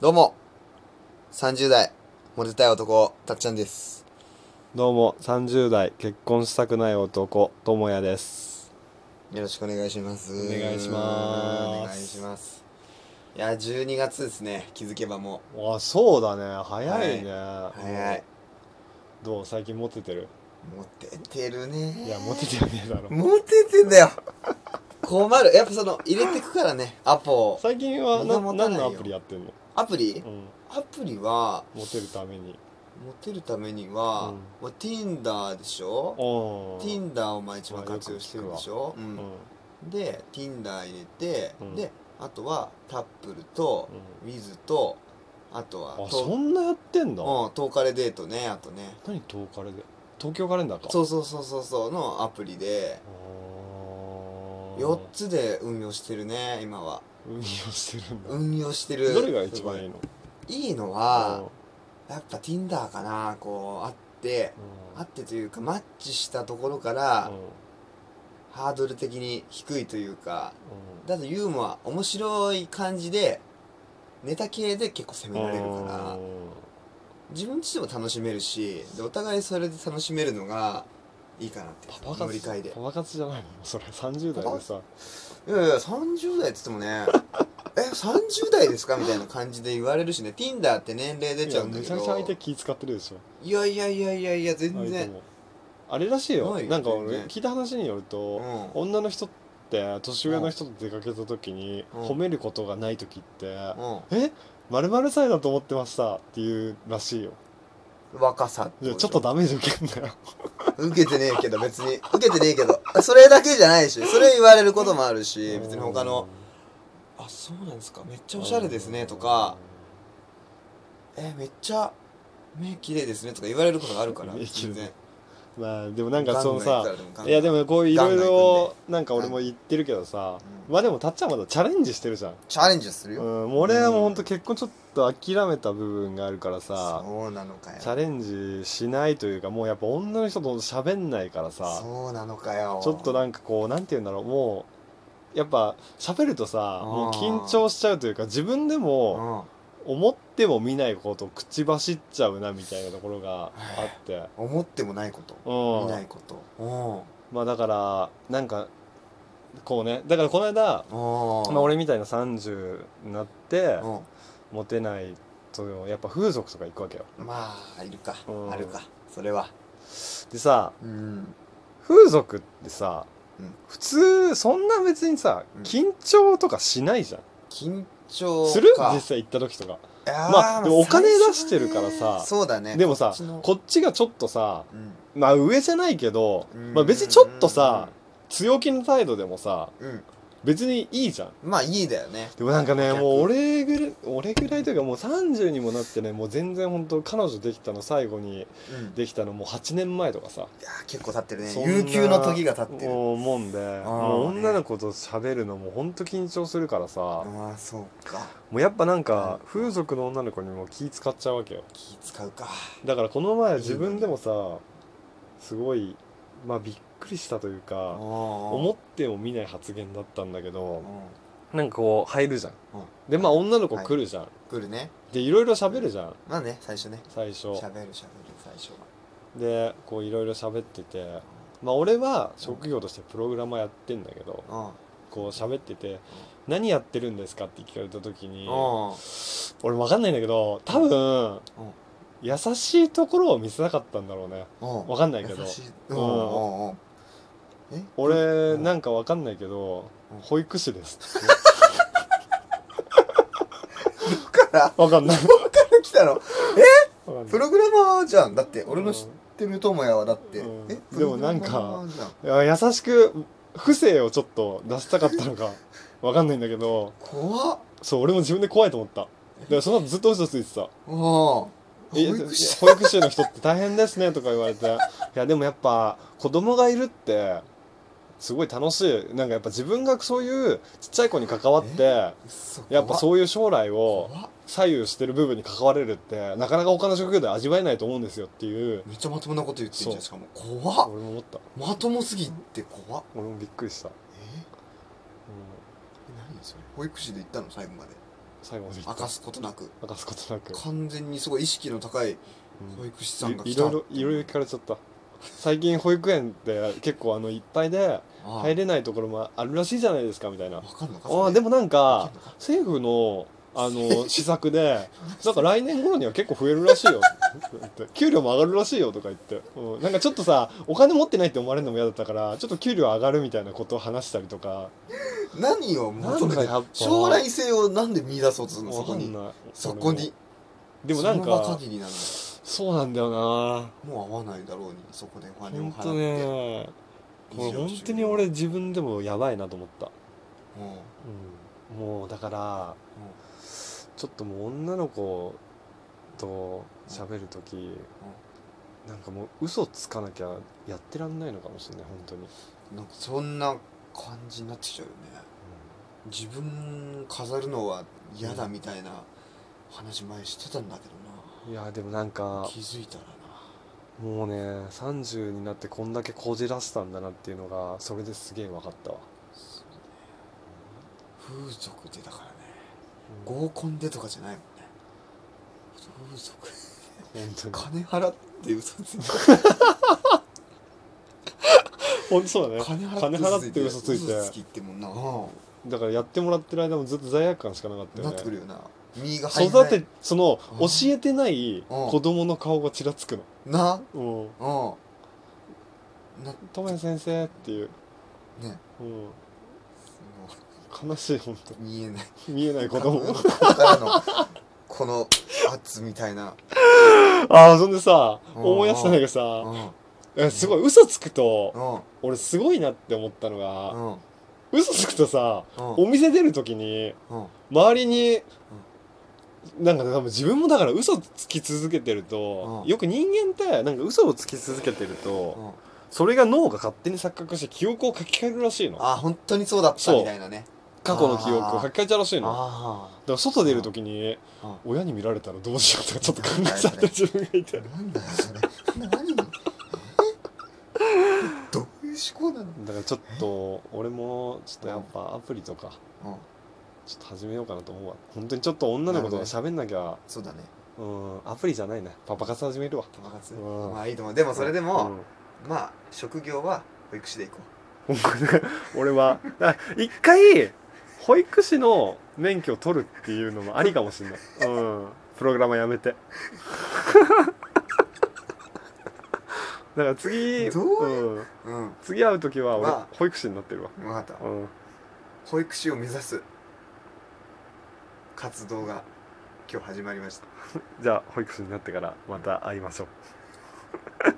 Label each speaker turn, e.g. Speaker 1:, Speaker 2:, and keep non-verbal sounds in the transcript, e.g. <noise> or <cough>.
Speaker 1: どうも30代モテたい男たっちゃんです
Speaker 2: どうも30代結婚したくない男ともやです
Speaker 1: よろしくお願いします
Speaker 2: お願いします
Speaker 1: お願いしますいや12月ですね気づけばも
Speaker 2: あそうだね早いね、
Speaker 1: う早い
Speaker 2: どう最近モテてる
Speaker 1: モテてるね
Speaker 2: いやモテてねえだろ
Speaker 1: モテてんだよ困るやっぱその入れてくからねアポを
Speaker 2: 最近は
Speaker 1: 身が
Speaker 2: な
Speaker 1: 持たな
Speaker 2: 何
Speaker 1: いよ
Speaker 2: のアプリやってんの、
Speaker 1: アプリ
Speaker 2: うん、
Speaker 1: アプリは
Speaker 2: モテるために
Speaker 1: モテるためには、まあ Tinder でしょ
Speaker 2: うん
Speaker 1: Tinder を毎一番
Speaker 2: まあよく
Speaker 1: 活用してるでしょ、う
Speaker 2: うんん、うん
Speaker 1: で Tinder 入れて、
Speaker 2: うん
Speaker 1: であとはタップルと、ウィズとあとは
Speaker 2: あ
Speaker 1: と
Speaker 2: そんなやってんだ、
Speaker 1: うんトーカレデートねあとね
Speaker 2: 何東カレで東京カレンダーか
Speaker 1: そううそうそうそうそうのアプリで4つで運用してるね今は
Speaker 2: 運用してるんだ、
Speaker 1: 運用してる
Speaker 2: どれが一番いいの
Speaker 1: いいのはやっぱ Tinder かなこうあってあってというかマッチしたところから
Speaker 2: うんうん
Speaker 1: ハードル的に低いというか
Speaker 2: うん
Speaker 1: だとユーモア面白い感じでネタ系で結構攻められるから自分自身も楽しめるしでお互いそれで楽しめるのがいいかなって
Speaker 2: パパ
Speaker 1: 乗
Speaker 2: 活
Speaker 1: り換えで
Speaker 2: パパ活じゃないのそれ30代でさ
Speaker 1: いやいや30代っつってもね <laughs> え30代ですかみたいな感じで言われるしね Tinder って年齢出ちゃうんだ
Speaker 2: いやめ
Speaker 1: け
Speaker 2: ちゃめちゃ
Speaker 1: ど
Speaker 2: 相手気使ってるでしょ
Speaker 1: いやいやいやいやいや全
Speaker 2: 相手
Speaker 1: 然
Speaker 2: もあれらしいよ
Speaker 1: ないよ
Speaker 2: なんか俺
Speaker 1: 全然
Speaker 2: 聞いた話による
Speaker 1: う
Speaker 2: と、
Speaker 1: ん
Speaker 2: 女の人って年上の人と出かけた時に、
Speaker 1: うん
Speaker 2: 褒めることがない時って「
Speaker 1: うん
Speaker 2: え〇〇歳だと思ってました」っていうらしいよ
Speaker 1: 若さ
Speaker 2: いやちょっとダメージ受けんだよ
Speaker 1: 受けてねえけど別に受けてねえけどそれだけじゃないしそれ言われることもあるし別に他の「あそうなんですかめっちゃおしゃれですね」とか「えめっちゃ目綺麗ですね」とか言われることがあるから
Speaker 2: 目綺麗
Speaker 1: 全然
Speaker 2: うんまあでもなんかその
Speaker 1: ガンガン
Speaker 2: さ
Speaker 1: やったらでもガンガン
Speaker 2: いやでもこういろい
Speaker 1: ガンガン行
Speaker 2: ろなんか俺も言ってるけどさ、
Speaker 1: うん
Speaker 2: まあでもたっちゃんまだチャレンジしてるじゃん、
Speaker 1: チャレンジする
Speaker 2: うん、
Speaker 1: よ、
Speaker 2: もう俺はもうほんと結婚ちょっと諦めた部分があるからさ、
Speaker 1: そうなのかよ
Speaker 2: チャレンジしないというかもうやっぱ女の人と喋んないからさ
Speaker 1: そうなのかよ
Speaker 2: ちょっとなんかこうなんて言うんだろうもうやっぱ喋るとさ
Speaker 1: あー
Speaker 2: もう緊張しちゃうというか自分でも
Speaker 1: うん
Speaker 2: 思っても見ないことを口走っちゃうなみたいなところがあって、
Speaker 1: 思ってもないこと見な
Speaker 2: う
Speaker 1: いことうん
Speaker 2: ん、まあだからなんかこうねだからこの間
Speaker 1: あ
Speaker 2: まあ、俺みたいな30になって
Speaker 1: うん
Speaker 2: モテないとやっぱ風俗とか行くわけよ
Speaker 1: まあいるか
Speaker 2: うん
Speaker 1: あるかそれは
Speaker 2: でさ
Speaker 1: うん
Speaker 2: 風俗ってさ、
Speaker 1: うん
Speaker 2: 普通そんな別にさ
Speaker 1: うん
Speaker 2: 緊張とかしないじゃん、
Speaker 1: 緊張か
Speaker 2: する
Speaker 1: い
Speaker 2: 実際行った時とか
Speaker 1: やー
Speaker 2: まあでもお金
Speaker 1: 最初ね
Speaker 2: 出してるからさ
Speaker 1: そうだね
Speaker 2: でもさ
Speaker 1: こっちの
Speaker 2: こっちがちょっとさ
Speaker 1: うん
Speaker 2: まあ上じゃないけど、
Speaker 1: うん
Speaker 2: まあ、別にちょっとさ強気の態度でもさ
Speaker 1: うん
Speaker 2: 別にいいじゃん
Speaker 1: まあいいだよね
Speaker 2: でもなんかね
Speaker 1: 逆
Speaker 2: もう俺ぐらい俺ぐらいというかもう30にもなってねもう全然本当彼女できたの最後に
Speaker 1: うん
Speaker 2: できたのもう8年前とかさ
Speaker 1: いやー結構経ってるね
Speaker 2: そんな
Speaker 1: 悠久の時が経ってる
Speaker 2: もうもんでもう女の子と喋るのも本当緊張するからさ、
Speaker 1: ああそうか
Speaker 2: もうやっぱなんか風俗の女の子にも気使っちゃうわけよ
Speaker 1: 気使うか
Speaker 2: だからこの前自分でもさすごいまあびっくりしたというか思
Speaker 1: 思
Speaker 2: っても見ない発言だったんだけ
Speaker 1: う
Speaker 2: ど
Speaker 1: ん
Speaker 2: なんかこう入るじゃん
Speaker 1: うん
Speaker 2: でまあ女の子来るじゃん、
Speaker 1: 来るね
Speaker 2: でいろいろ喋るじゃん
Speaker 1: まあね最初ね
Speaker 2: 最初
Speaker 1: 喋る喋る最初は
Speaker 2: でこういろいろ喋っててまあ俺は職業としてプログラマーやってんだけど
Speaker 1: うん
Speaker 2: こう喋ってて「何やってるんですか?」って聞かれた時
Speaker 1: う
Speaker 2: に
Speaker 1: ん
Speaker 2: 俺わかんないんだけど多分優しいところを見せなかったんだろうね
Speaker 1: うん
Speaker 2: わかんないけど
Speaker 1: 優しい
Speaker 2: うん
Speaker 1: うんうんえ
Speaker 2: 俺
Speaker 1: うん
Speaker 2: なんかわかんないけど
Speaker 1: うん
Speaker 2: 保育士です <laughs>
Speaker 1: どっから <laughs>
Speaker 2: わかんない
Speaker 1: どっから来たの
Speaker 2: わかんな
Speaker 1: プ
Speaker 2: い
Speaker 1: ログラマーじゃんだって俺の知ってる友也はだって
Speaker 2: うん
Speaker 1: え
Speaker 2: でもなんか
Speaker 1: プログラマーじゃん
Speaker 2: いや優しく不正をちょっと出したかったの
Speaker 1: <laughs>
Speaker 2: かわかんないんだけど
Speaker 1: 怖っ
Speaker 2: そう俺も自分で怖いと思っただからその後ずっと嘘ついてた
Speaker 1: うん保
Speaker 2: え
Speaker 1: 育士
Speaker 2: 保育士の人って大変ですねとか言わ
Speaker 1: <laughs>
Speaker 2: れていやでもやっぱ子供がいるってすごい楽しいなんかやっぱ自分がそういうちっちゃい子に関わってやっぱ
Speaker 1: う
Speaker 2: そういう将来を
Speaker 1: 怖っ
Speaker 2: 左右してる部分に関われるってなかなか他の職業では味わえないと思うんですよっていう
Speaker 1: めっちゃまともなこと言ってんじゃん
Speaker 2: そう
Speaker 1: しかも怖っ
Speaker 2: 俺も思った
Speaker 1: まともすぎて怖っ
Speaker 2: 俺もびっくりした、うん
Speaker 1: え何それ保育士で行ったの最後まで
Speaker 2: 最後まで言
Speaker 1: 明
Speaker 2: った
Speaker 1: かすことなく
Speaker 2: 明かすことなく、
Speaker 1: 完全にすごい意識の高い
Speaker 2: うん
Speaker 1: 保育士さんが
Speaker 2: い
Speaker 1: 来
Speaker 2: い
Speaker 1: た
Speaker 2: ろいろいろいろ聞かれちゃった最近保育園って結構あのいっぱいで
Speaker 1: ああ
Speaker 2: 入れないところもあるらしいじゃないですかみたいな
Speaker 1: わかんのか
Speaker 2: ああで
Speaker 1: も
Speaker 2: もなんか政府の
Speaker 1: <laughs>
Speaker 2: あの施策でなんか来年頃には結構増えるらしいよ <laughs> って給料も上がるらしいよとか言って、うん、なんかちょっとさお金持ってないって思われるのも嫌だったからちょっと給料上がるみたいなことを話したりとか
Speaker 1: 何を求め
Speaker 2: なんか
Speaker 1: て
Speaker 2: やっぱ
Speaker 1: 将来性をなんで見出そうとするのそ
Speaker 2: わか
Speaker 1: こ
Speaker 2: ん
Speaker 1: に
Speaker 2: ない
Speaker 1: そこに
Speaker 2: でもなん
Speaker 1: その場
Speaker 2: か
Speaker 1: 限りなのに
Speaker 2: そうなんだよ
Speaker 1: もう合わないだろうにそこでお
Speaker 2: な
Speaker 1: 金を
Speaker 2: 本
Speaker 1: 払って
Speaker 2: 当ねこれ本当に俺自分でもやばいなと思った、
Speaker 1: うんうん
Speaker 2: うん、もうだからちょっともう女の子と喋る時、なんかもう嘘つかなきゃやってらんないのかもしれない本当に、
Speaker 1: なんかそんな感じになってきちゃうよね自分飾るのは嫌だみたいな話前してたんだけど
Speaker 2: いやでもなん
Speaker 1: な
Speaker 2: か
Speaker 1: 気づいたらな
Speaker 2: もうね30になってこんだけこじらせたんだなっていうのがそれですげえ分かったわ、
Speaker 1: そうね風俗でだからね合コンでとかじゃないもんね風俗
Speaker 2: 本当
Speaker 1: 金
Speaker 2: に
Speaker 1: 払って嘘ついて
Speaker 2: 本当そうだね
Speaker 1: 金
Speaker 2: 金払って嘘ついて
Speaker 1: 嘘つきってもんな
Speaker 2: だからやってもらってる間もずっと罪悪感しかなかったよ
Speaker 1: な
Speaker 2: ね
Speaker 1: ってくるよな身が入んない
Speaker 2: 育てその
Speaker 1: うん
Speaker 2: 教えてない子供の顔がちらつく
Speaker 1: な
Speaker 2: のう
Speaker 1: う
Speaker 2: ん
Speaker 1: んな
Speaker 2: 「友也先生」っていう、
Speaker 1: ね
Speaker 2: うん、
Speaker 1: そ
Speaker 2: 悲しい本
Speaker 1: の見えない
Speaker 2: 当見えない子供
Speaker 1: ここからのこの圧みたいな
Speaker 2: ああそんでさ
Speaker 1: うん
Speaker 2: 思い出したんだけど
Speaker 1: う
Speaker 2: さ
Speaker 1: んうん
Speaker 2: えすごい嘘つくと
Speaker 1: うん
Speaker 2: 俺すごいなって思ったのが
Speaker 1: うん
Speaker 2: 嘘つくとさ
Speaker 1: うん
Speaker 2: お店出る時に
Speaker 1: うん
Speaker 2: 周りになんか多分自分もだから嘘つき続けてると
Speaker 1: うん
Speaker 2: よく人間ってなんか嘘をつき続けてるとそれが脳が勝手に錯覚して記憶を書き換えるらしいの
Speaker 1: あ本当にそうだった
Speaker 2: そう
Speaker 1: みたいなね
Speaker 2: 過去の記憶を書き換えちゃうらしいのだか
Speaker 1: あ
Speaker 2: ら外出る時に
Speaker 1: ああ
Speaker 2: 親に見られたらどうしようとかちょっと考えちゃった自分がいて
Speaker 1: なんだよそれ何えどういう思考なの
Speaker 2: だからちょっと俺もちょっとやっぱアプリとか
Speaker 1: うん
Speaker 2: ちょっと始めようかなと思うわ本当にちょっと女の子と喋んなきゃ
Speaker 1: そうだね
Speaker 2: うんアプリじゃないねパパ活始めるわ
Speaker 1: パパ活
Speaker 2: うん
Speaker 1: まあいいと思うでもそれで
Speaker 2: う
Speaker 1: も
Speaker 2: ん
Speaker 1: まあ職業は保育士で行こ
Speaker 2: <laughs> 俺はだから一回保育士の免許を取るっていうのもありかもしれない、うん、プログラマーやめて <laughs> だから次
Speaker 1: どう
Speaker 2: うん、
Speaker 1: ううん
Speaker 2: 次会う時は俺、
Speaker 1: まあ
Speaker 2: 保育士になってるわ、
Speaker 1: 分かった
Speaker 2: うん、
Speaker 1: 保育士を目指す活動が今日始まりました
Speaker 2: じゃあ保育士になってからまた会いましょう